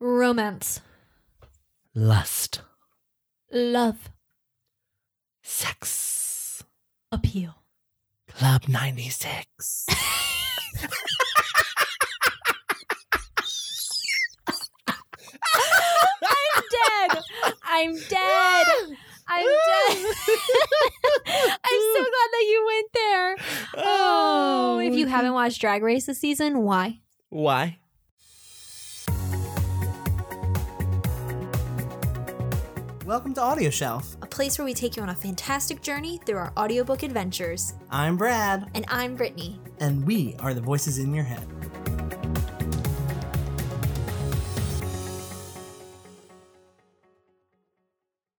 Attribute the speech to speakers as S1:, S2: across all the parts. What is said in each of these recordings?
S1: Romance.
S2: Lust.
S1: Love.
S2: Sex.
S1: Appeal.
S2: Club 96.
S1: I'm dead. I'm dead. I'm dead. I'm so glad that you went there. Oh, if you haven't watched Drag Race this season, why?
S2: Why? Welcome to Audio Shelf.
S1: A place where we take you on a fantastic journey through our audiobook adventures.
S2: I'm Brad,
S1: And I'm Brittany.
S2: and we are the voices in your head.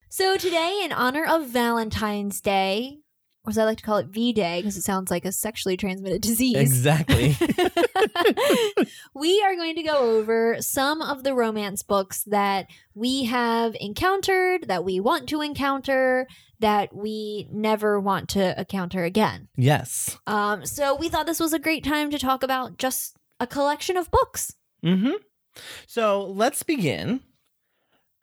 S1: So today, in honor of Valentine's Day, or as I like to call it V Day, because it sounds like a sexually transmitted disease.
S2: Exactly.
S1: we are going to go over some of the romance books that we have encountered, that we want to encounter, that we never want to encounter again.
S2: yes.
S1: Um, so we thought this was a great time to talk about just a collection of books.
S2: Mm-hmm. So let's begin.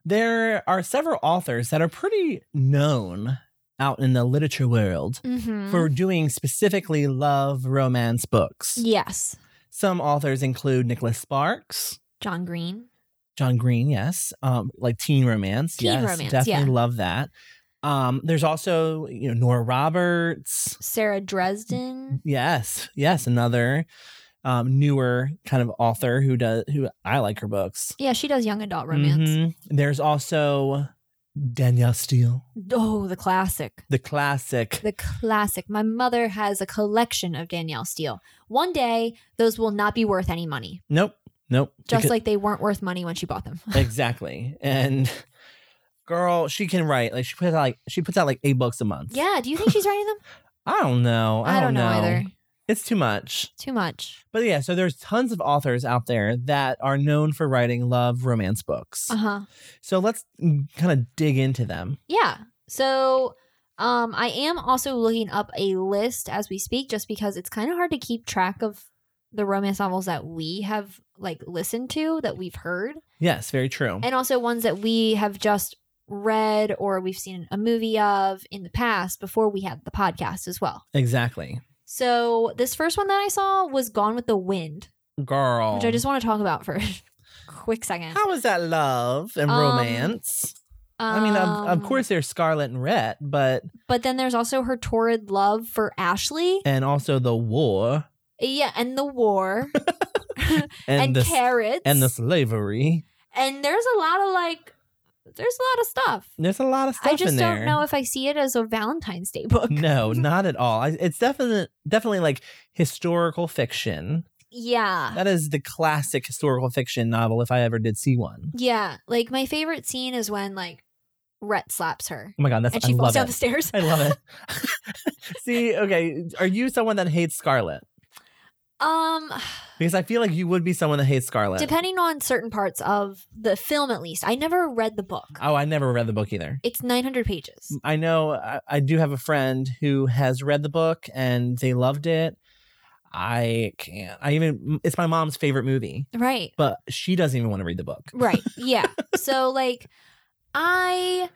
S2: There are several authors that are pretty known out in the literature world
S1: Mm-hmm.
S2: for doing specifically love romance books.
S1: yes,
S2: Some authors include Nicholas Sparks,
S1: John Green.
S2: John Green, yes, um, like teen romance.
S1: Teen
S2: yes,
S1: romance,
S2: definitely
S1: yeah.
S2: love that. Um, there's also you know Nora Roberts.
S1: Sarah Dresden.
S2: Yes, yes, another um, newer kind of author who does who I like her books.
S1: Yeah, she does young adult romance.
S2: Mhm. There's also Danielle Steele,
S1: Oh, the classic.
S2: the classic.
S1: The classic. My mother has a collection of Danielle Steele. One day, those will not be worth any money,
S2: nope, nope.
S1: just
S2: Because-
S1: like they weren't worth money when she bought them.
S2: exactly. And girl, she can write. Like she puts out like she puts out like eight books a month.
S1: yeah, do you think she's writing them?
S2: I don't know. I,
S1: don't know either.
S2: It's too much.
S1: Too much.
S2: But yeah, so there's tons of authors out there that are known for writing love romance books.
S1: Uh huh.
S2: So let's kind of dig into them.
S1: Yeah. So um I am also looking up a list as we speak just because it's kind of hard to keep track of the romance novels that we have like listened to that we've heard
S2: Yes, very true.
S1: and also ones that we have just read or we've seen a movie of in the past before we had the podcast as well.
S2: exactly.
S1: So this first one that I saw was Gone with the Wind,
S2: Girl.
S1: which I just want to talk about for a quick second.
S2: Oh. How is that love and
S1: Um,
S2: romance? I mean, of, of
S1: Um,
S2: course there's Scarlet and Red, but
S1: But then there's also her torrid love for Ashley.
S2: and also the war
S1: Yeah, and the war.
S2: and,
S1: and,
S2: the s-
S1: carrots
S2: and the slavery.
S1: and there's a lot of like there's a lot of stuff.
S2: There's a lot of stuff
S1: I just
S2: in
S1: don't
S2: there.
S1: know if I see it as a Valentine's Day book.
S2: no, not at all. I- It's definitely definitely like historical fiction.
S1: Yeah.
S2: That is the classic historical fiction novel if I ever did see one.
S1: Yeah. Like my favorite scene is when like Rhett slaps her
S2: Oh my god, that's
S1: and
S2: I
S1: she falls
S2: love
S1: down
S2: it.
S1: the stairs.
S2: I love it. see, okay, are you someone that hates Scarlet?
S1: Um
S2: Because I feel like you would be someone that hates Scarlet.
S1: depending on certain parts of the film at least. I never read the book.
S2: oh, I never read the book either.
S1: It's 900 pages.
S2: I know I, I do have a friend who has read the book and they loved it. I can't. I even it's my mom's favorite movie,
S1: Right.
S2: but she doesn't even want to read the book.
S1: Right. Yeah. so like I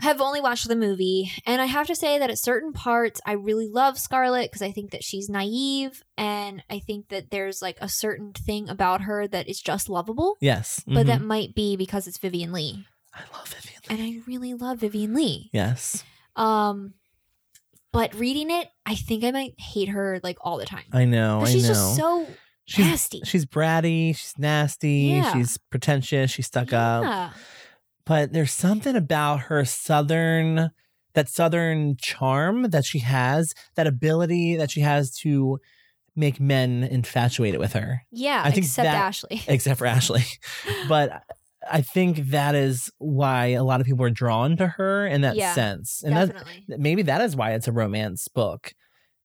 S1: have only watched the movie and I have to say that at certain parts I really love Scarlett because I think that she's naive and I think that there's like a certain thing about her that is just lovable.
S2: Yes,
S1: But
S2: mhm.
S1: that might be because it's Vivian Lee.
S2: I love Vivian. Lee.
S1: And I really love Vivian Lee.
S2: Yes,
S1: Um but reading it, I think I might hate her like all the time.
S2: I know.
S1: 'Cause
S2: Oh, I
S1: she's
S2: know.
S1: just so
S2: she's
S1: nasty.
S2: she's bratty. She's nasty.
S1: Yeah.
S2: She's pretentious. She's stuck up.
S1: yeah.
S2: But there's something about her southern that southern charm that she has, that ability that she has to make men infatuated with her.
S1: Yeah,
S2: I think
S1: except
S2: that-
S1: Ashley.
S2: except for Ashley. But I think that is why a lot of people are drawn to her in that
S1: Yeah,
S2: sense. And that,
S1: Definitely.
S2: maybe that is why it's a romance book.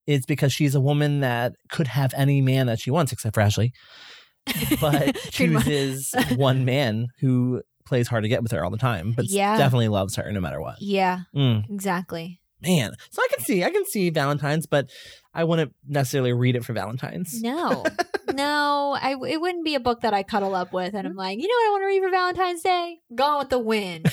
S2: It's because she's a woman that could have any man that she wants, except for Ashley, but
S1: Trademark.
S2: chooses one man who plays hard to get with her all the time, but
S1: Yeah.
S2: definitely loves her no matter what.
S1: Yeah,
S2: Mm,
S1: exactly.
S2: man. So I can see, I can see Valentine's, but I wouldn't necessarily read it for Valentine's.
S1: No, no, I, it wouldn't be a book that I cuddle up with and I'm like, you know what I want to read for Valentine's Day? Gone with the Wind.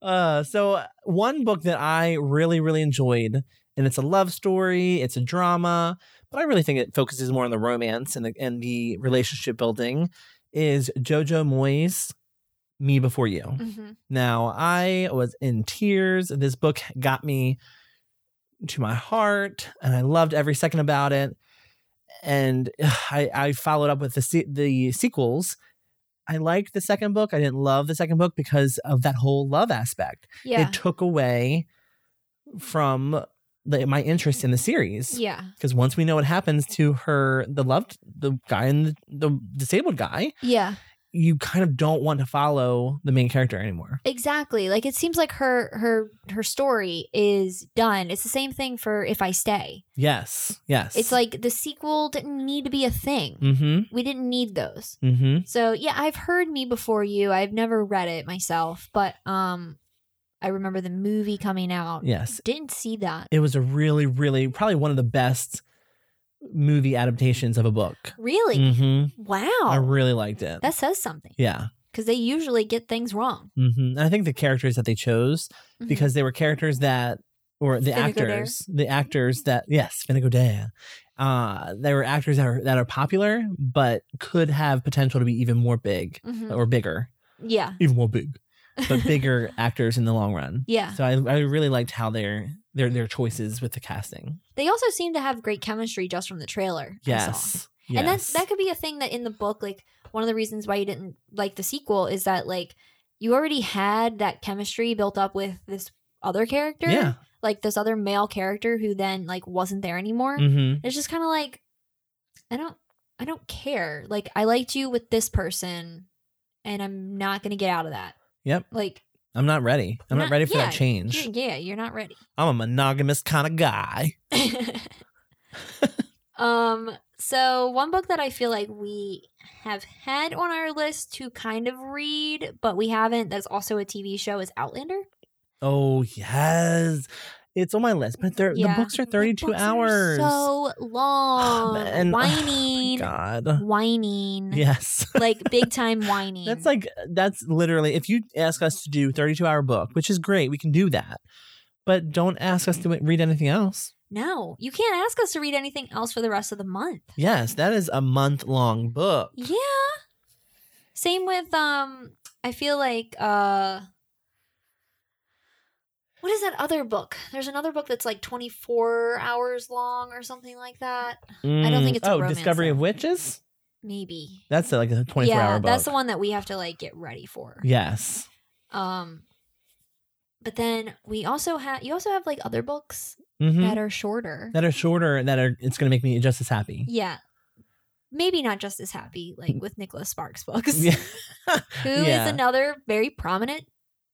S2: Uh, so one book that I really, really enjoyed, and it's a love story, it's a drama, but I really think it focuses more on the romance and the, and the relationship building, is Jojo Moyes, Me Before You.
S1: hmm
S2: Now, I was in tears. This book got me to my heart, and I loved every second about it. And ugh, I, I followed up with the se- the sequels. I liked the second book. I didn't love the second book because of that whole love aspect.
S1: Yeah,
S2: It took away from the, my interest in the series
S1: yeah,
S2: because once we know what happens to her, the loved the guy and the, the disabled guy,
S1: yeah.
S2: you kind of don't want to follow the main character anymore.
S1: Exactly. Like it seems like her her her story is done. It's the same thing for If I Stay.
S2: Yes. Yes.
S1: It's like the sequel didn't need to be a thing.
S2: Mm-hmm.
S1: We didn't need those.
S2: Mm-hmm.
S1: So yeah, I've heard Me Before You. I've never read it myself, but um I remember the movie coming out.
S2: Yes.
S1: Didn't see that.
S2: It was a really, really probably one of the best movie adaptations of a book.
S1: Really?
S2: hmm I
S1: Wow.
S2: really liked it.
S1: that says something.
S2: yeah.
S1: Because they usually get things wrong.
S2: hmm And I think the characters that they chose
S1: Mhm.
S2: because they were characters that or the
S1: Finnegan O'Dea.
S2: actors, the actors that yes, Finnegodea. Uh, they were actors that are that are popular, but could have potential to be even more big
S1: Mhm.
S2: or bigger,
S1: Yeah.
S2: even more big, but bigger actors in the long run.
S1: Yeah.
S2: So I, I really liked how their their their choices with the casting.
S1: They also seem to have great chemistry just from the trailer. I saw.
S2: Yes. yes.
S1: And that's that could be a thing that in the book, like one of the reasons why you didn't like the sequel is that like you already had that chemistry built up with this other character.
S2: yeah.
S1: Like this other male character who then like wasn't there anymore.
S2: Mm-hmm.
S1: It's just kinda like I don't I don't care. Like I liked you with this person and I'm not gonna get out of that.
S2: Yep.
S1: Like
S2: I'm not ready. I'm not,
S1: Not-
S2: ready for
S1: yeah,
S2: that change.
S1: y- yeah, you're not ready.
S2: I'm a monogamous kind of guy.
S1: um so one book that i feel like we have had on our list to kind of read but we haven't that's also a tv show is outlander
S2: Oh yes. It's on my list, but they're,
S1: Yeah.
S2: the books are
S1: The
S2: 32
S1: books are
S2: hours.
S1: so long
S2: And- oh my
S1: whining
S2: God.
S1: whining
S2: Yes.
S1: like big time whining
S2: That's like that's literally if you ask us to do 32 hour book, which is great, we can do that. But don't ask us to read anything else.
S1: no you can't ask us to read anything else for the rest of the month
S2: Yes, that is a month long book.
S1: yeah same with um i feel like uh what is that other book there's another book that's like 24 hours long or something like that I don't think
S2: Mm.
S1: it's a
S2: Oh,
S1: romance,
S2: Discovery of
S1: though.
S2: Witches?
S1: maybe
S2: That's like a 24
S1: yeah
S2: hour book.
S1: that's the one that we have to like get ready for
S2: Yes.
S1: um but then we also have you also have like other books
S2: Mm-hmm.
S1: that are shorter
S2: that are shorter that are it's going to make me just as happy.
S1: yeah maybe not just as happy like with nicholas sparks books who
S2: Yeah.
S1: is
S2: Yeah.
S1: another very prominent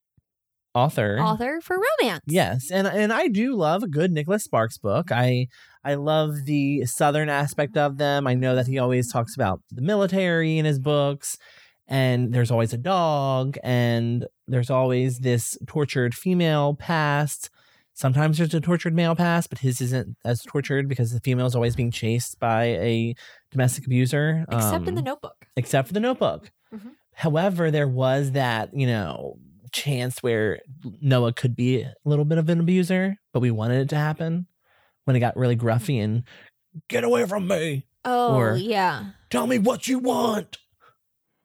S2: Author.
S1: author for romance
S2: Yes, and and I do love a good Nicholas Sparks book. I I love the southern aspect of them. I know that he always talks about the military in his books and there's always a dog and there's always this tortured female past. Sometimes there's a tortured male past, but his isn't as tortured because the female is always being chased by a domestic abuser.
S1: except in
S2: Um,
S1: the notebook
S2: except for the notebook.
S1: Mhm.
S2: However, there was that, you know, chance where Noah could be a little bit of an abuser, but we wanted it to happen when it got really gruffy and get away from me.
S1: oh
S2: or-
S1: yeah
S2: Tell me what you want.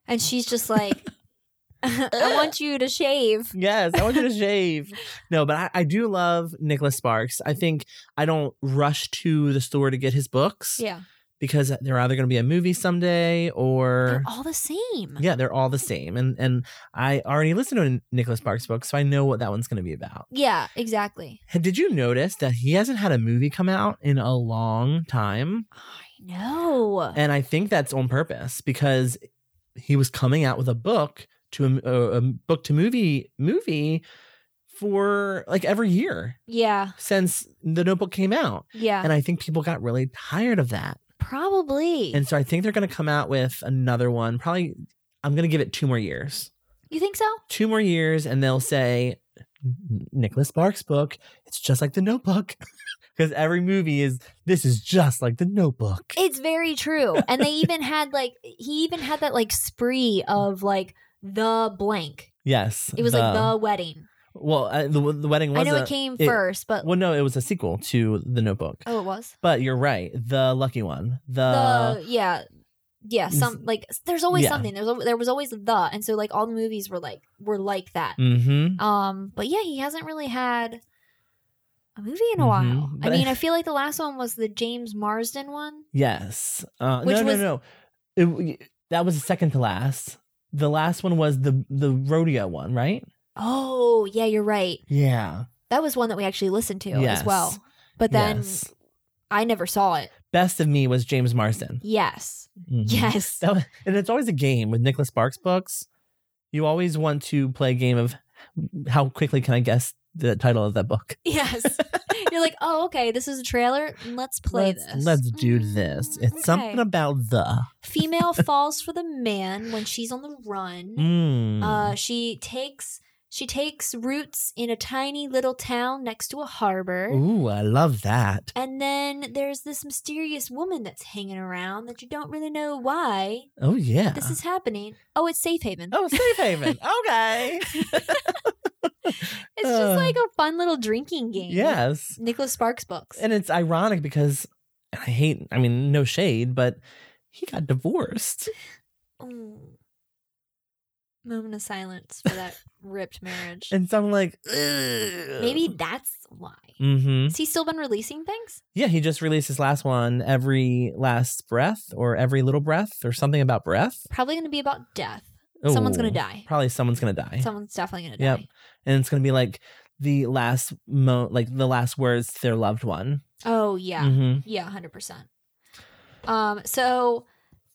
S1: and she's just like i want you to shave
S2: Yes, I want you to shave. No, but I, I do love Nicholas Sparks. I think I don't rush to the store to get his books
S1: yeah
S2: because they're either going to be a movie someday or
S1: they're all the same
S2: Yeah, they're all the same. And and I already listened to Nicholas Sparks' book, so I know what that one's going to be about.
S1: yeah exactly
S2: Hey, Did you notice that he hasn't had a movie come out in a long time?
S1: i know
S2: And I think that's on purpose because he was coming out with a book to a, a- a book to movie movie for like every year
S1: yeah
S2: since the notebook came out.
S1: yeah
S2: And I think people got really tired of that.
S1: probably
S2: And so I think they're going to come out with another one. Probably I'm going to give it 2 more years.
S1: you think so
S2: two more years and they'll say Nicholas Sparks book, it's just like the notebook. Because every movie is this is just like the notebook.
S1: It's very true. And they even had like he even had that like spree of like the blank.
S2: yes.
S1: It was like the wedding.
S2: Well, uh, the, the wedding was
S1: I know
S2: a-
S1: it came
S2: it-
S1: first, but
S2: Well, no, it was a sequel to the notebook.
S1: oh, it was
S2: But you're right. The lucky one. The,
S1: the yeah yeah some like there's always
S2: Uh, yeah.
S1: something. There's al- there was always the, and so like all the movies were like were like that.
S2: Mhm.
S1: Um, but yeah, he hasn't really had a movie in a
S2: Mhm.
S1: while.
S2: But I-
S1: I mean, I feel like the last one was the James Marsden one.
S2: Yes. Uh,
S1: Which
S2: no,
S1: was-
S2: no, no. It, that was the second to last. The last one was the the rodeo one, right?
S1: Oh, yeah, you're right.
S2: Yeah.
S1: That was one that we actually listened to
S2: Yes.
S1: as well. But then
S2: yes.
S1: I never saw it.
S2: Best of Me was James Marsden.
S1: Yes.
S2: Mhm.
S1: Yes.
S2: That was, and it's always a game with Nicholas Sparks books. You always want to play a game of how quickly can I guess the title of that book.
S1: yes. You're like, oh, okay, this is a trailer. Let's play
S2: let's,
S1: this.
S2: Let's do this.
S1: Mm,
S2: It's something
S1: okay.
S2: about the.
S1: Female falls for the man when she's on the run.
S2: Mm.
S1: Uh, she takes she takes roots in a tiny little town next to a harbor.
S2: Ooh, I love that.
S1: And then there's this mysterious woman that's hanging around that you don't really know why
S2: Oh yeah.
S1: this is happening. Oh, it's Safe Haven.
S2: oh, safe haven. okay.
S1: it's
S2: uh,
S1: just like a fun little drinking game.
S2: Yes.
S1: Nicholas Sparks books.
S2: And it's ironic because and I hate, I mean, no shade, but he got divorced.
S1: Ooh. Moment of silence for that ripped marriage.
S2: And so I'm like,
S1: Maybe that's why.
S2: Mm-hmm.
S1: Has he still been releasing things?
S2: Yeah, he just released his last one, Every Last Breath or Every Little Breath or something about breath.
S1: Probably going to be about death. Someone's going
S2: Ooh,
S1: to die.
S2: Probably someone's going to die.
S1: Someone's definitely going to
S2: Yep.
S1: die.
S2: and it's going to be like the last mo like the last words to their loved one.
S1: Oh, yeah.
S2: Mhm.
S1: Yeah, hundred percent. Um, so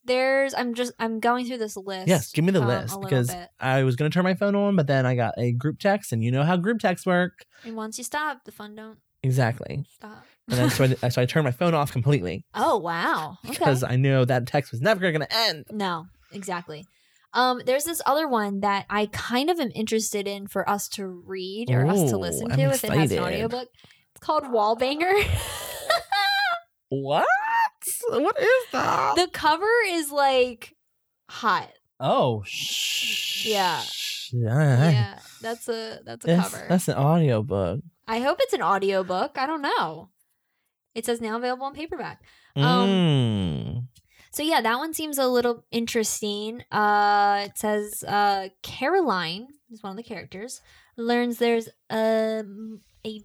S1: there's I'm just I'm going through this list.
S2: Yes, give me the
S1: um, a
S2: list
S1: little
S2: because
S1: bit.
S2: I was going to turn my phone on, but then I got a group text, and you know how group texts work.
S1: and once you stop, the fun don't
S2: Exactly.
S1: stop.
S2: And then so I, so I turned my phone off completely
S1: oh wow. Okay.
S2: because I knew that text was never going to end.
S1: No, exactly. Um, there's this other one that I kind of am interested in for us to read or us to
S2: Ooh,
S1: listen
S2: I'm
S1: to if it has
S2: excited.
S1: an audiobook. It's called Wallbanger.
S2: What? What is that?
S1: the cover is like hot.
S2: oh, shh.
S1: Yeah.
S2: Yeah.
S1: Yeah. That's a that's a
S2: That's,
S1: cover.
S2: that's an audiobook.
S1: I hope it's an audiobook. I don't know. It says now available on paperback.
S2: Um,
S1: So yeah, that one seems a little interesting. Uh it says uh Caroline is one of the characters learns there's a a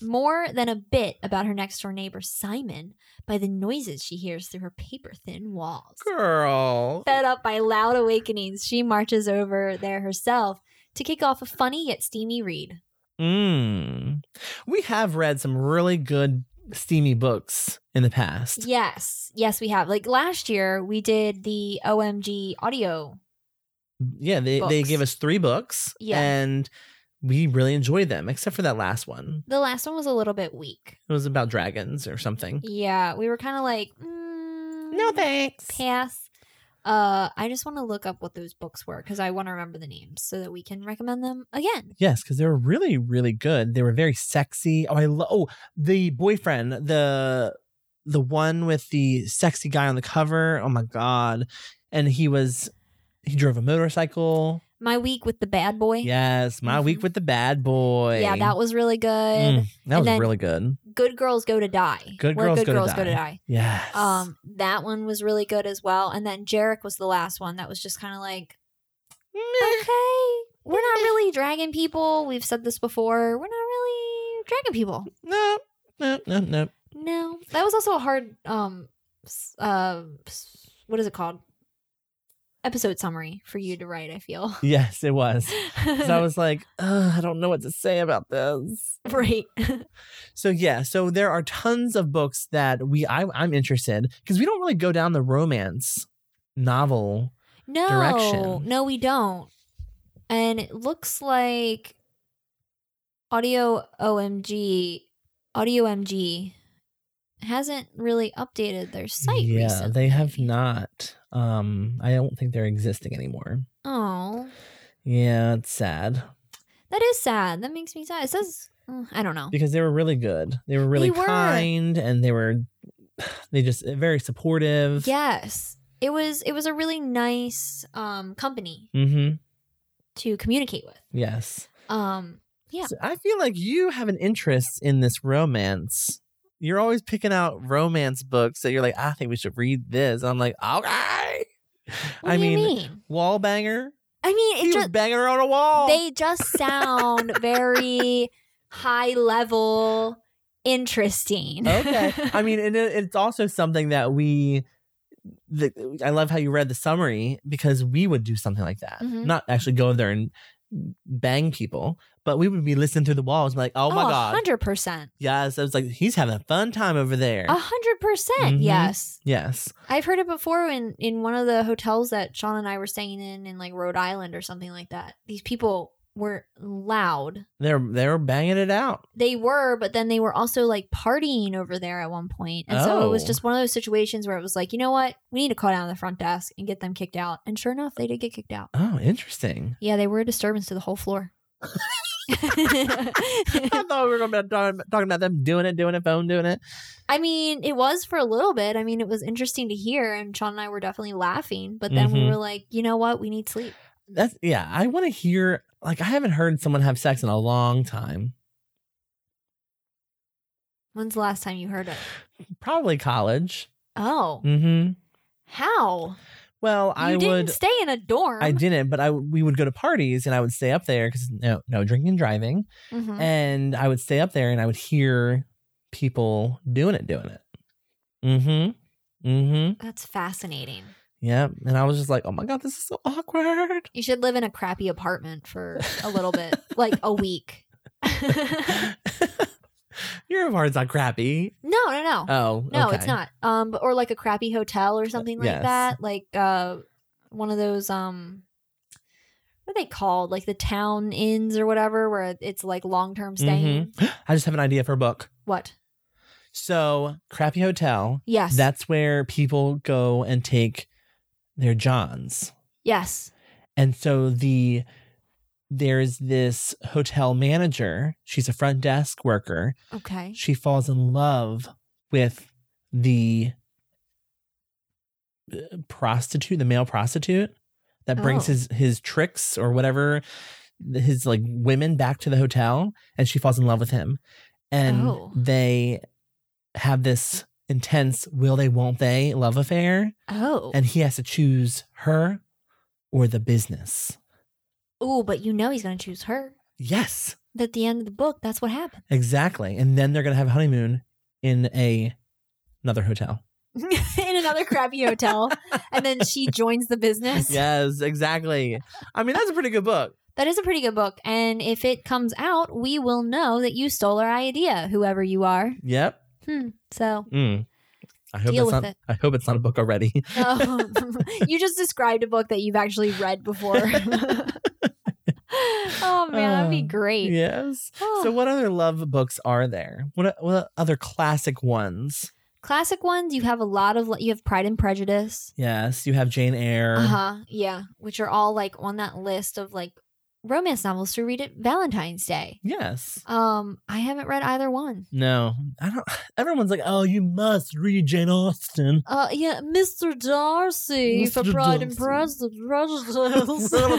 S1: more than a bit about her next door neighbor Simon by the noises she hears through her paper thin walls.
S2: Girl.
S1: Fed up by loud awakenings, she marches over there herself to kick off a funny yet steamy read.
S2: Mm. We have read some really good steamy books in the past.
S1: Yes, yes, we have. Like last year, we did the OMG audio.
S2: Yeah, they, they
S1: Books.
S2: gave us three books
S1: Yeah.
S2: and we really enjoyed them, except for that last one.
S1: The last one was a little bit weak.
S2: It was about dragons or something.
S1: Yeah, we were kind of like, mm,
S2: No thanks.
S1: pass. Uh, I just want to look up what those books were because I want to remember the names so that we can recommend them again.
S2: Yes, because they were really, really good. They were very sexy. Oh, I love. Oh, the boyfriend, the the one with the sexy guy on the cover. Oh my god! And he was he drove a motorcycle.
S1: My week with the bad boy.
S2: Yes, my week
S1: Mhm.
S2: with the bad boy.
S1: Yeah, that was really good.
S2: Mm, that was
S1: then-
S2: really good.
S1: Good girls go to die.
S2: Good
S1: Where
S2: Girls
S1: good
S2: Go to
S1: girls go to die.
S2: Yes.
S1: Um, that one was really good as well. And then Jarek was the last one that was just kind of like,
S2: Meh.
S1: okay, we're not really dragon people. We've said this before. We're not really dragon people.
S2: no, no, no, no.
S1: No, that was also a hard um, s- uh, s- what is it called? Episode summary for you to write. I feel.
S2: Yes, it was. So I was like, Ugh, I don't know what to say about this.
S1: right.
S2: So yeah, so there are tons of books that we I, I'm interested because we don't really go down the romance novel.
S1: No,
S2: Direction.
S1: no, we don't. And it looks like audio OMG, audio MG hasn't really updated their site.
S2: yeah,
S1: recently.
S2: they have not. Um, I don't think they're existing anymore.
S1: Oh,
S2: Yeah, it's sad.
S1: That is sad. That makes me sad. It says mm, I don't know.
S2: because they were really good. They were really
S1: They were.
S2: kind and they were they just eh, very supportive.
S1: Yes. It was it was a really nice um company
S2: Mm-hmm.
S1: to communicate with.
S2: Yes.
S1: Um Yeah.
S2: So I feel like you have an interest in this romance. You're always picking out romance books that you're like, I think we should read this. I'm like, okay.
S1: what
S2: I
S1: do
S2: mean,
S1: you mean?
S2: wall banger.
S1: I mean
S2: He
S1: it
S2: was
S1: just
S2: banging her on a wall.
S1: they just sound very high level interesting.
S2: okay. I mean, and it, it's also something that we. The, I love how you read the summary because we would do something like that.
S1: Mhm.
S2: Not actually go in there and bang people, but we would be listening through the walls, and be like, "Oh my god,
S1: hundred percent.
S2: yes!" I was like, "He's having a fun time over there."
S1: A hundred percent,
S2: Mhm.
S1: yes.
S2: yes.
S1: I've heard it before in in one of the hotels that Sean and I were staying in in like Rhode Island or something like that. These people were loud.
S2: They're they're banging it out.
S1: They were, but then they were also like partying over there at one point. And so it was
S2: Oh.
S1: just one of those situations where it was like, you know what? We need to call down the front desk and get them kicked out. And sure enough, they did get kicked out.
S2: Oh, interesting.
S1: Yeah, they were a disturbance to the whole floor.
S2: I thought we were gonna be talking, talking about them doing it, doing it, phone doing it.
S1: I mean, it was for a little bit. I mean, it was interesting to hear, and Sean and I were definitely laughing. But then we
S2: Mhm.
S1: were like, you know what? We need sleep.
S2: That's yeah. I want to hear. Like, I haven't heard someone have sex in a long time.
S1: When's the last time you heard it?
S2: Probably college.
S1: Oh,
S2: Mm-hmm.
S1: how?
S2: Well,
S1: You
S2: I
S1: didn't
S2: would.
S1: stay in a dorm.
S2: I didn't, but I we would go to parties and I would stay up there because no, no drinking and driving,
S1: Mhm.
S2: and I would stay up there and I would hear people doing it, doing it. Mm-hmm. Mm-hmm.
S1: That's fascinating.
S2: Yeah, and I was just like, oh my god, this is so awkward.
S1: You should live in a crappy apartment for a little bit, like a week. no,
S2: Your apartment's not crappy.
S1: no, no.
S2: Oh,
S1: no,
S2: okay.
S1: it's not. Um but- or like a crappy hotel or something like
S2: yes.
S1: that. Like uh one of those um what are they called? Like the town inns or whatever where it's like long-term staying.
S2: Mhm. I just have an idea for a book.
S1: What?
S2: So, crappy hotel.
S1: Yes.
S2: That's where people go and take their johns.
S1: yes.
S2: And so the there's this hotel manager, she's a front desk worker.
S1: Okay.
S2: She falls in love with the uh, prostitute, the male prostitute that brings
S1: Oh.
S2: his his tricks or whatever his like women back to the hotel and she falls in love with him. And
S1: Oh.
S2: they have this intense will they won't they love affair
S1: Oh.
S2: and he has to choose her or the business.
S1: Oh, but you know he's going to choose her.
S2: Yes,
S1: At the end of the book, that's what happened.
S2: exactly. And then they're gonna have a honeymoon in a another hotel.
S1: in another crappy hotel and then she joins the business.
S2: yes, exactly. I mean, that's a pretty good book.
S1: That is a pretty good book and if it comes out, we will know that you stole our idea, whoever you are.
S2: Yep.
S1: Hmm. So
S2: Mm. I hope
S1: Deal
S2: it's
S1: with
S2: not.
S1: it.
S2: I hope it's not a book already.
S1: Oh, you just described a book that you've actually read before. oh man, that'd be
S2: Oh,
S1: great.
S2: yes.
S1: Oh.
S2: So, what other love books are there? What what other classic ones?
S1: Classic ones, you have a lot of you have Pride and Prejudice.
S2: Yes, you have Jane Eyre.
S1: Uh huh. Yeah, which are all like on that list of like romance novels to read at Valentine's Day.
S2: Yes.
S1: Um, I haven't read either one.
S2: No, I don't. Everyone's like, "Oh, you must read Jane Austen."
S1: Uh, yeah, Mr. Darcy for
S2: Mr.
S1: Pride and
S2: Darcy.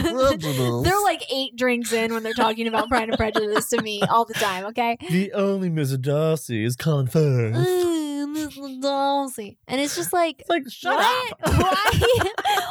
S1: Prejudice. they're like eight drinks in when they're talking about Pride and Prejudice to me all the time. Okay.
S2: The only Mr. Darcy is Colin Firth.
S1: Ooh, Mr. Darcy. And it's just like,
S2: It's like, shut
S1: why,
S2: up.
S1: why,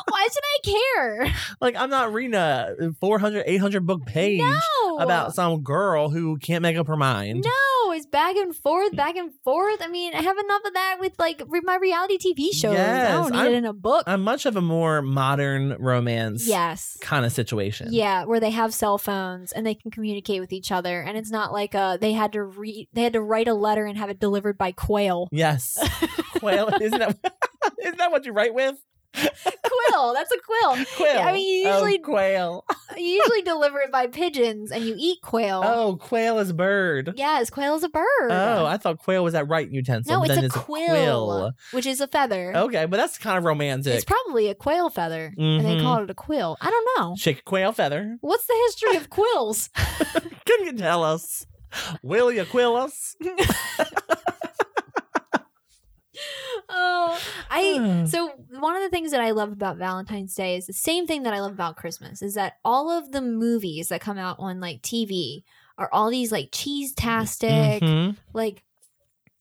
S1: why should I care?
S2: like, I'm not reading a 400, 800 book page
S1: No.
S2: about some girl who can't make up her mind.
S1: no, it's back and forth, back and forth. I mean, I have enough of that with like re- my reality TV shows. I
S2: Yes,
S1: don't need
S2: I'm-
S1: it in a book.
S2: I'm much of a more modern romance
S1: yes.
S2: kind of situation.
S1: Yeah, where they have cell phones and they can communicate with each other, and it's not like uh they had to read, they had to write a letter and have it delivered by quail.
S2: Yes. Quail, isn't that, isn't that what you write with?
S1: quill. That's a quill.
S2: Quill.
S1: I mean, you
S2: Oh,
S1: usually-
S2: quail.
S1: You usually deliver it by pigeons, and you eat quail.
S2: Oh, quail is bird.
S1: Yes, quail is a bird.
S2: Oh, I thought quail was that writing utensil.
S1: no,
S2: but
S1: it's
S2: then
S1: a quill, Oh,
S2: quill.
S1: which is a feather.
S2: Okay, but that's kind of romantic.
S1: It's probably a quail feather, and they
S2: Mhm.
S1: call it a quill. I don't know.
S2: Shake a quail feather.
S1: What's the history of quills?
S2: Can you tell us? Will you quill us?
S1: Oh, I. So one of the things that I love about Valentine's Day is the same thing that I love about Christmas is that all of the movies that come out on like TV are all these like cheese tastic,
S2: Mhm.
S1: like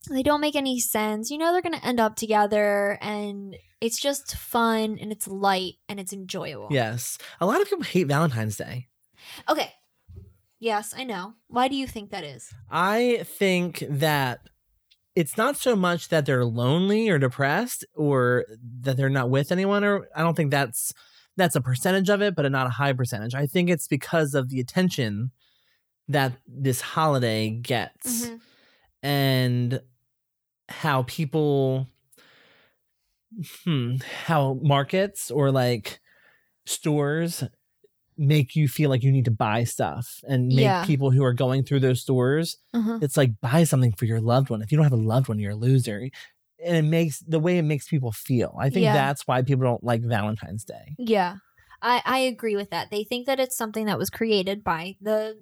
S1: they don't make any sense. You know they're gonna end up together, and it's just fun and it's light and it's enjoyable.
S2: Yes. A lot of people hate Valentine's Day.
S1: Okay. Yes, I know. Why do you think that is?
S2: I think that it's not so much that they're lonely or depressed or that they're not with anyone or I don't think that's that's a percentage of it, but not a high percentage. I think it's because of the attention that this holiday gets
S1: Mm-hmm.
S2: and how people hmm, how markets or like stores make you feel like you need to buy stuff and make
S1: Yeah.
S2: people who are going through those stores
S1: Uh-huh.
S2: it's like buy something for your loved one. If you don't have a loved one, you're a loser. And it makes the way it makes people feel. I think
S1: Yeah.
S2: that's why people don't like Valentine's Day.
S1: Yeah, I I agree with that. They think that it's something that was created by the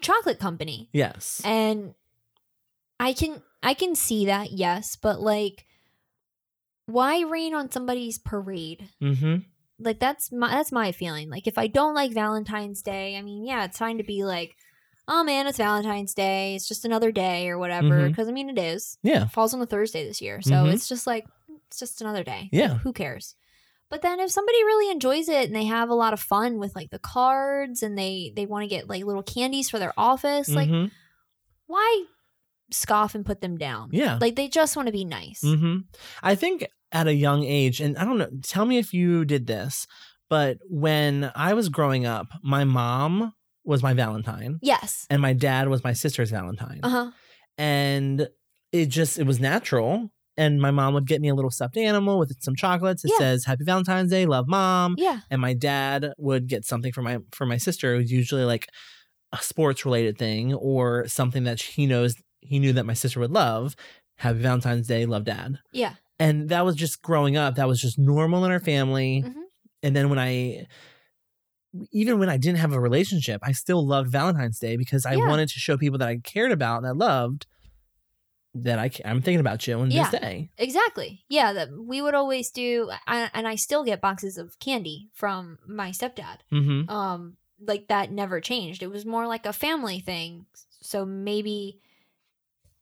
S1: chocolate company.
S2: Yes.
S1: and i can i can see that yes but like why rain on somebody's parade
S2: mm-hmm.
S1: like that's my that's my feeling like if i don't like valentine's day i mean yeah it's fine to be like oh man it's valentine's day it's just another day or whatever
S2: Mhm.
S1: because i mean it is
S2: Yeah.
S1: it falls on a thursday this year so
S2: Mhm.
S1: it's just like it's just another day
S2: Yeah.
S1: who cares but then if somebody really enjoys it and they have a lot of fun with like the cards and they they want to get like little candies for their office like
S2: Mhm.
S1: why scoff and put them down?
S2: yeah.
S1: Like they just want to be nice.
S2: hmm I think at a young age, and I don't know, tell me if you did this, but when I was growing up, my mom was my Valentine
S1: Yes.
S2: and my dad was my sister's Valentine.
S1: Uh huh.
S2: and it just it was natural and my mom would get me a little stuffed animal with some chocolates it
S1: Yeah.
S2: says happy valentine's day love mom
S1: Yeah.
S2: and my dad would get something for my for my sister it was usually like a sports related thing or something that he knows he knew that my sister would love happy valentine's day love dad
S1: Yeah.
S2: and that was just growing up that was just normal in our family
S1: Mhm.
S2: and then when i even when i didn't have a relationship i still loved valentine's day because i
S1: Yeah.
S2: wanted to show people that i cared about and i loved that I, ca- i'm thinking about you on
S1: Yeah.
S2: this day
S1: Exactly. Yeah. That we would always do, I, and I still get boxes of candy from my stepdad.
S2: mm-hmm.
S1: Um, like that never changed. It was more like a family thing. So maybe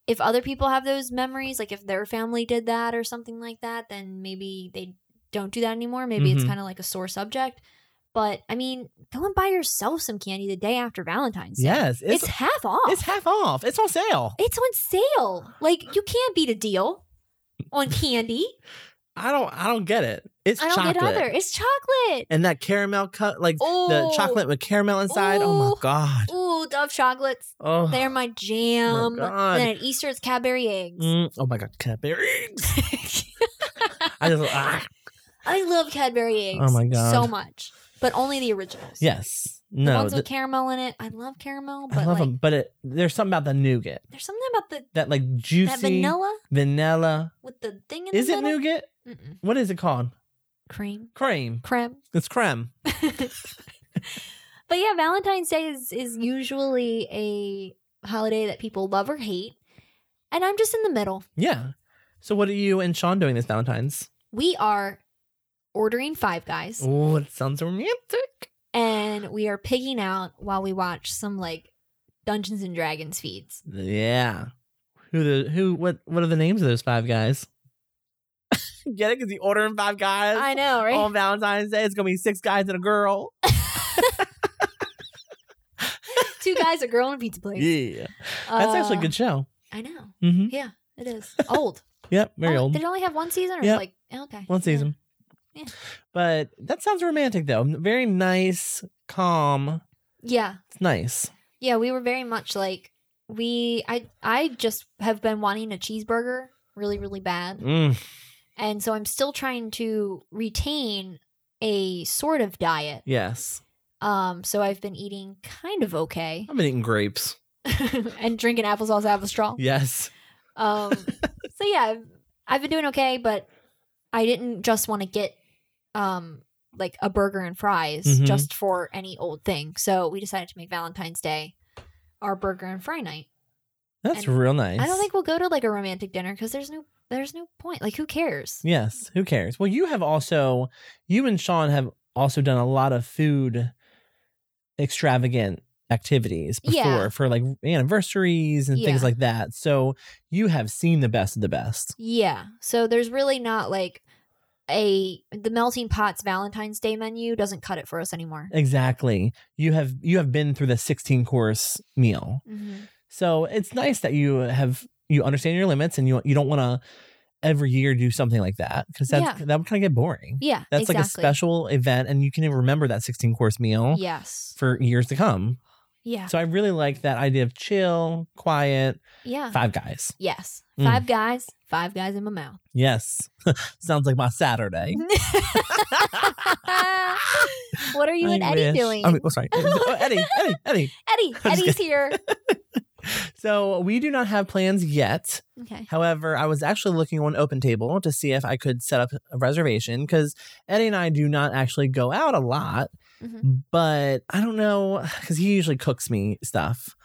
S1: if other people have those memories, like if their family did that or something like that, then maybe they don't do that anymore. Maybe it's
S2: Mhm.
S1: kind of like a sore subject. But I mean, go and buy yourself some candy the day after Valentine's Day. It's,
S2: yes it's, it's,
S1: half off. It's,
S2: half off it's on sale
S1: on sale. Like you can't beat a deal on candy.
S2: i don't i don't get it it's
S1: I don't
S2: chocolate
S1: get either. It's chocolate.
S2: and that caramel cut like
S1: Oh,
S2: the chocolate with caramel inside oh my
S1: Ooh.
S2: god
S1: Ooh, Dove chocolates.
S2: oh
S1: They're my jam. and
S2: God.
S1: then at Easter, it's Cadbury eggs.
S2: Mm, oh my god Cadbury. i just ah.
S1: I love Cadbury eggs.
S2: Oh my God.
S1: so much, but only the originals.
S2: yes
S1: the
S2: no
S1: ones
S2: th-
S1: with caramel in it. I love caramel, but
S2: I love
S1: like,
S2: them, but it, there's something about the nougat
S1: there's something about the
S2: that like
S1: that
S2: juicy vanilla.
S1: vanilla with the thing in
S2: Is
S1: the
S2: it
S1: middle.
S2: nougat?
S1: Mm-mm.
S2: What is it called?
S1: Cream,
S2: Cream.
S1: creme.
S2: It's creme.
S1: But yeah, Valentine's Day is is usually a holiday that people love or hate, and I'm just in the middle.
S2: Yeah. So what are you and Sean doing this Valentine's?
S1: We are ordering Five Guys.
S2: Oh, it sounds romantic.
S1: and we are pigging out while we watch some like Dungeons and Dragons feeds.
S2: Yeah. Who the who what what are the names of those five guys? Get it? Because you ordering five guys
S1: I know, right?
S2: on Valentine's Day. It's gonna be six guys and a girl.
S1: Two guys, a girl, and a pizza place.
S2: Yeah. That's actually a
S1: Uh,
S2: good show.
S1: I know.
S2: Mm-hmm.
S1: Yeah, it is old.
S2: Yep, very
S1: Oh,
S2: old.
S1: Did it only have one season, or
S2: Yep.
S1: like oh, okay,
S2: One
S1: yeah.
S2: season.
S1: Yeah.
S2: But that sounds romantic though. Very nice, calm.
S1: Yeah,
S2: It's nice.
S1: yeah. We were very much like we. I I just have been wanting a cheeseburger really really bad,
S2: Mm.
S1: And so I'm still trying to retain a sort of diet.
S2: Yes.
S1: Um, so I've been eating kind of okay
S2: I've been eating grapes.
S1: and drinking applesauce Avestrol.
S2: Yes.
S1: Um, so yeah, I've, I've been doing okay, but I didn't just want to get um like a burger and fries
S2: Mhm.
S1: just for any old thing. So we decided to make Valentine's Day our burger and fry night.
S2: That's
S1: And
S2: real nice.
S1: I don't think we'll go to like a romantic dinner because there's no there's no point. Like who cares?
S2: Yes. Who cares? Well, you have also, you and Sean have also done a lot of food extravagant activities before
S1: Yeah.
S2: for like anniversaries and things
S1: Yeah.
S2: like that. So you have seen the best of the best.
S1: Yeah. So there's really not like a the melting pots Valentine's Day menu doesn't cut it for us anymore.
S2: Exactly. You have you have been through the 16 course meal.
S1: Mm-hmm.
S2: So it's nice that you have you understand your limits and you you don't want to every year do something like that because that's
S1: Yeah.
S2: that would kind of get boring.
S1: Yeah.
S2: That's
S1: exactly.
S2: like a special event and you can remember that 16 course meal
S1: Yes.
S2: for years to come.
S1: Yeah.
S2: So I really like that idea of chill, quiet,
S1: yeah.
S2: five guys.
S1: Yes.
S2: Mm.
S1: Five guys, five guys in my mouth.
S2: Yes. Sounds like my Saturday.
S1: what are you
S2: I
S1: and Eddie
S2: wish-
S1: doing?
S2: I mean, oh, sorry. Oh, Eddie, Eddie, Eddie.
S1: Eddie,
S2: I'm just
S1: Eddie's here.
S2: So we do not have plans yet.
S1: Okay.
S2: However, I was actually looking on Open Table to see if I could set up a reservation because Eddie and I do not actually go out a lot,
S1: Mhm.
S2: but I don't know because he usually cooks me stuff.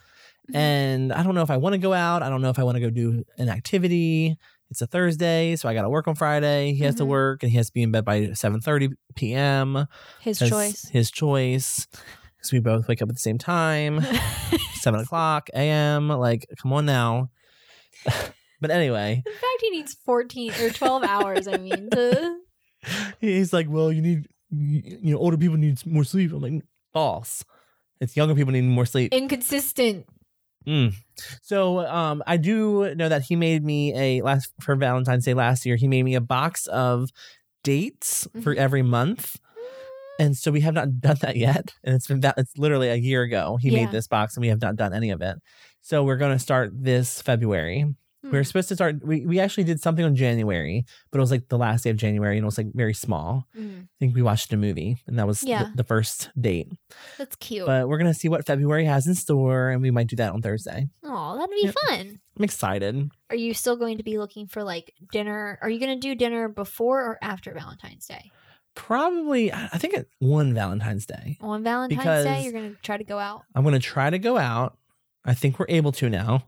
S1: Mhm.
S2: And I don't know if I want to go out. I don't know if I want to go do an activity. It's a Thursday, so I got to work on Friday. He has to
S1: Mhm.
S2: work and he has to be in bed by 7:30 p.m.
S1: His
S2: 'cause
S1: choice.
S2: His choice. Because we both wake up at the same time seven o'clock a.m. Like, come on now. but anyway,
S1: In fact, he needs 14 or 12 hours, I mean, to.
S2: he's like, well, you need, you know, older people need more sleep. I'm like, false. It's younger people need more sleep.
S1: Inconsistent.
S2: Mm. So um, I do know that he made me a last for Valentine's Day last year. He made me a box of dates for
S1: Mhm.
S2: every month. And so we have not done that yet, and it's been that it's literally a year ago he
S1: Yeah.
S2: made this box, and we have not done any of it. So we're going to start this February. We
S1: Hmm.
S2: were supposed to start. We, we actually did something on January, but it was like the last day of January, and it was like very small.
S1: Mm.
S2: I think we watched a movie, and that was the-
S1: Yeah.
S2: the, first date.
S1: That's cute.
S2: But we're gonna see what February has in store, and we might do that on Thursday.
S1: Oh, that'd be
S2: Yep.
S1: fun.
S2: I'm excited.
S1: Are you still going to be looking for like dinner? Are you going to do dinner before or after Valentine's Day?
S2: Probably, I I think at one Valentine's Day,
S1: On Valentine's Day,
S2: Because-
S1: you're going to try to go out.
S2: I'm gonna try to go out. I think we're able to now,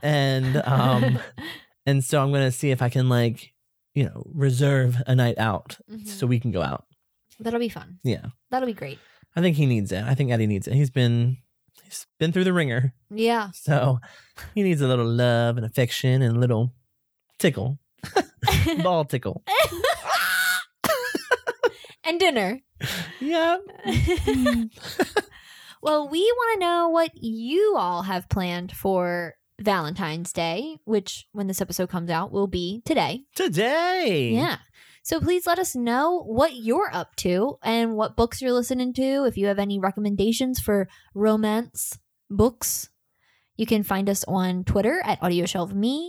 S2: and um, and so I'm gonna see if I can like, you know, reserve a night out
S1: Mhm.
S2: so we can go out.
S1: that'll be fun.
S2: Yeah,
S1: That'll be great.
S2: I think he needs it. I think Eddie needs it. He's been he's been through the ringer.
S1: Yeah.
S2: So he needs a little love and affection and a little tickle, ball tickle.
S1: and dinner.
S2: Yeah.
S1: well, we want to know what you all have planned for Valentine's Day, which when this episode comes out will be today.
S2: Today.
S1: Yeah. So please let us know what you're up to and what books you're listening to. If you have any recommendations for romance books, you can find us on Twitter at AudioshelfMe,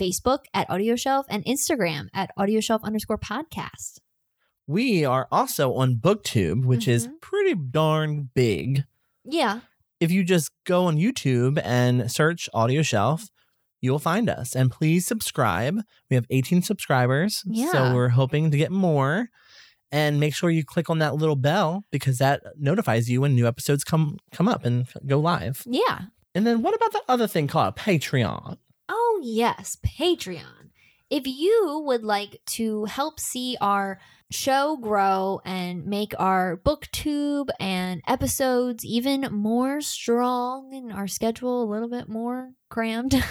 S1: Facebook at AudioShelf, and Instagram at AudioShelf underscore podcast.
S2: We are also on BookTube, which is
S1: Mhm.
S2: pretty darn big.
S1: Yeah.
S2: If you just go on YouTube and search Audio Shelf, you'll find us. And please subscribe. We have 18 subscribers.
S1: Yeah.
S2: So we're hoping to get more. And make sure you click on that little bell because that notifies you when new episodes come come up and go live.
S1: Yeah.
S2: And then what about that other thing called Patreon?
S1: Oh, yes, Patreon. If you would like to help see our show grow and make our booktube and episodes even more strong and our schedule a little bit more crammed,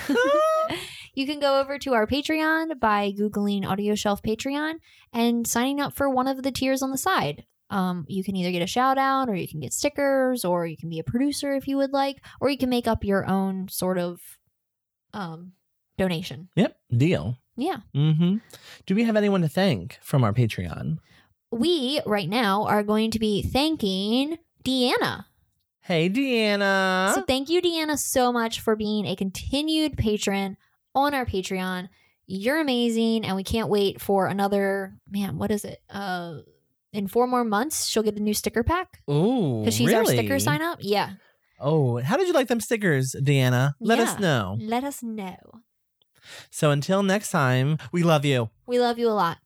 S1: you can go over to our Patreon by Googling Audio Shelf Patreon and signing up for one of the tiers on the side. Um, you can either get a shout out or you can get stickers or you can be a producer if you would like, or you can make up your own sort of um, donation.
S2: Yep, deal.
S1: Yeah.
S2: Mm-hmm. Do we have anyone to thank from our Patreon?
S1: We right now are going to be thanking Deanna.
S2: Hey, Deanna.
S1: So thank you, Deanna, so much for being a continued patron on our Patreon. You're amazing, and we can't wait for another man. What is it? Uh, in four more months, she'll get a new sticker pack
S2: Ooh,
S1: because she's
S2: really?
S1: our sticker sign up. Yeah,
S2: Oh, how did you like them stickers, Deanna? Let us
S1: Yeah.
S2: know.
S1: let us know.
S2: So until next time, we love you.
S1: We love you a lot.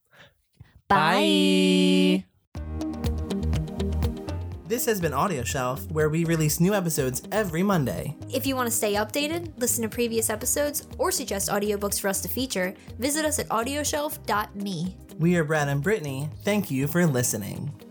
S1: Bye.
S2: Bye. This has been Audio Shelf, where we release new episodes every Monday.
S1: If you want to stay updated, listen to previous episodes, or suggest audiobooks for us to feature, visit us at audioshelf.me.
S2: We are Brad and Brittany. Thank you for listening.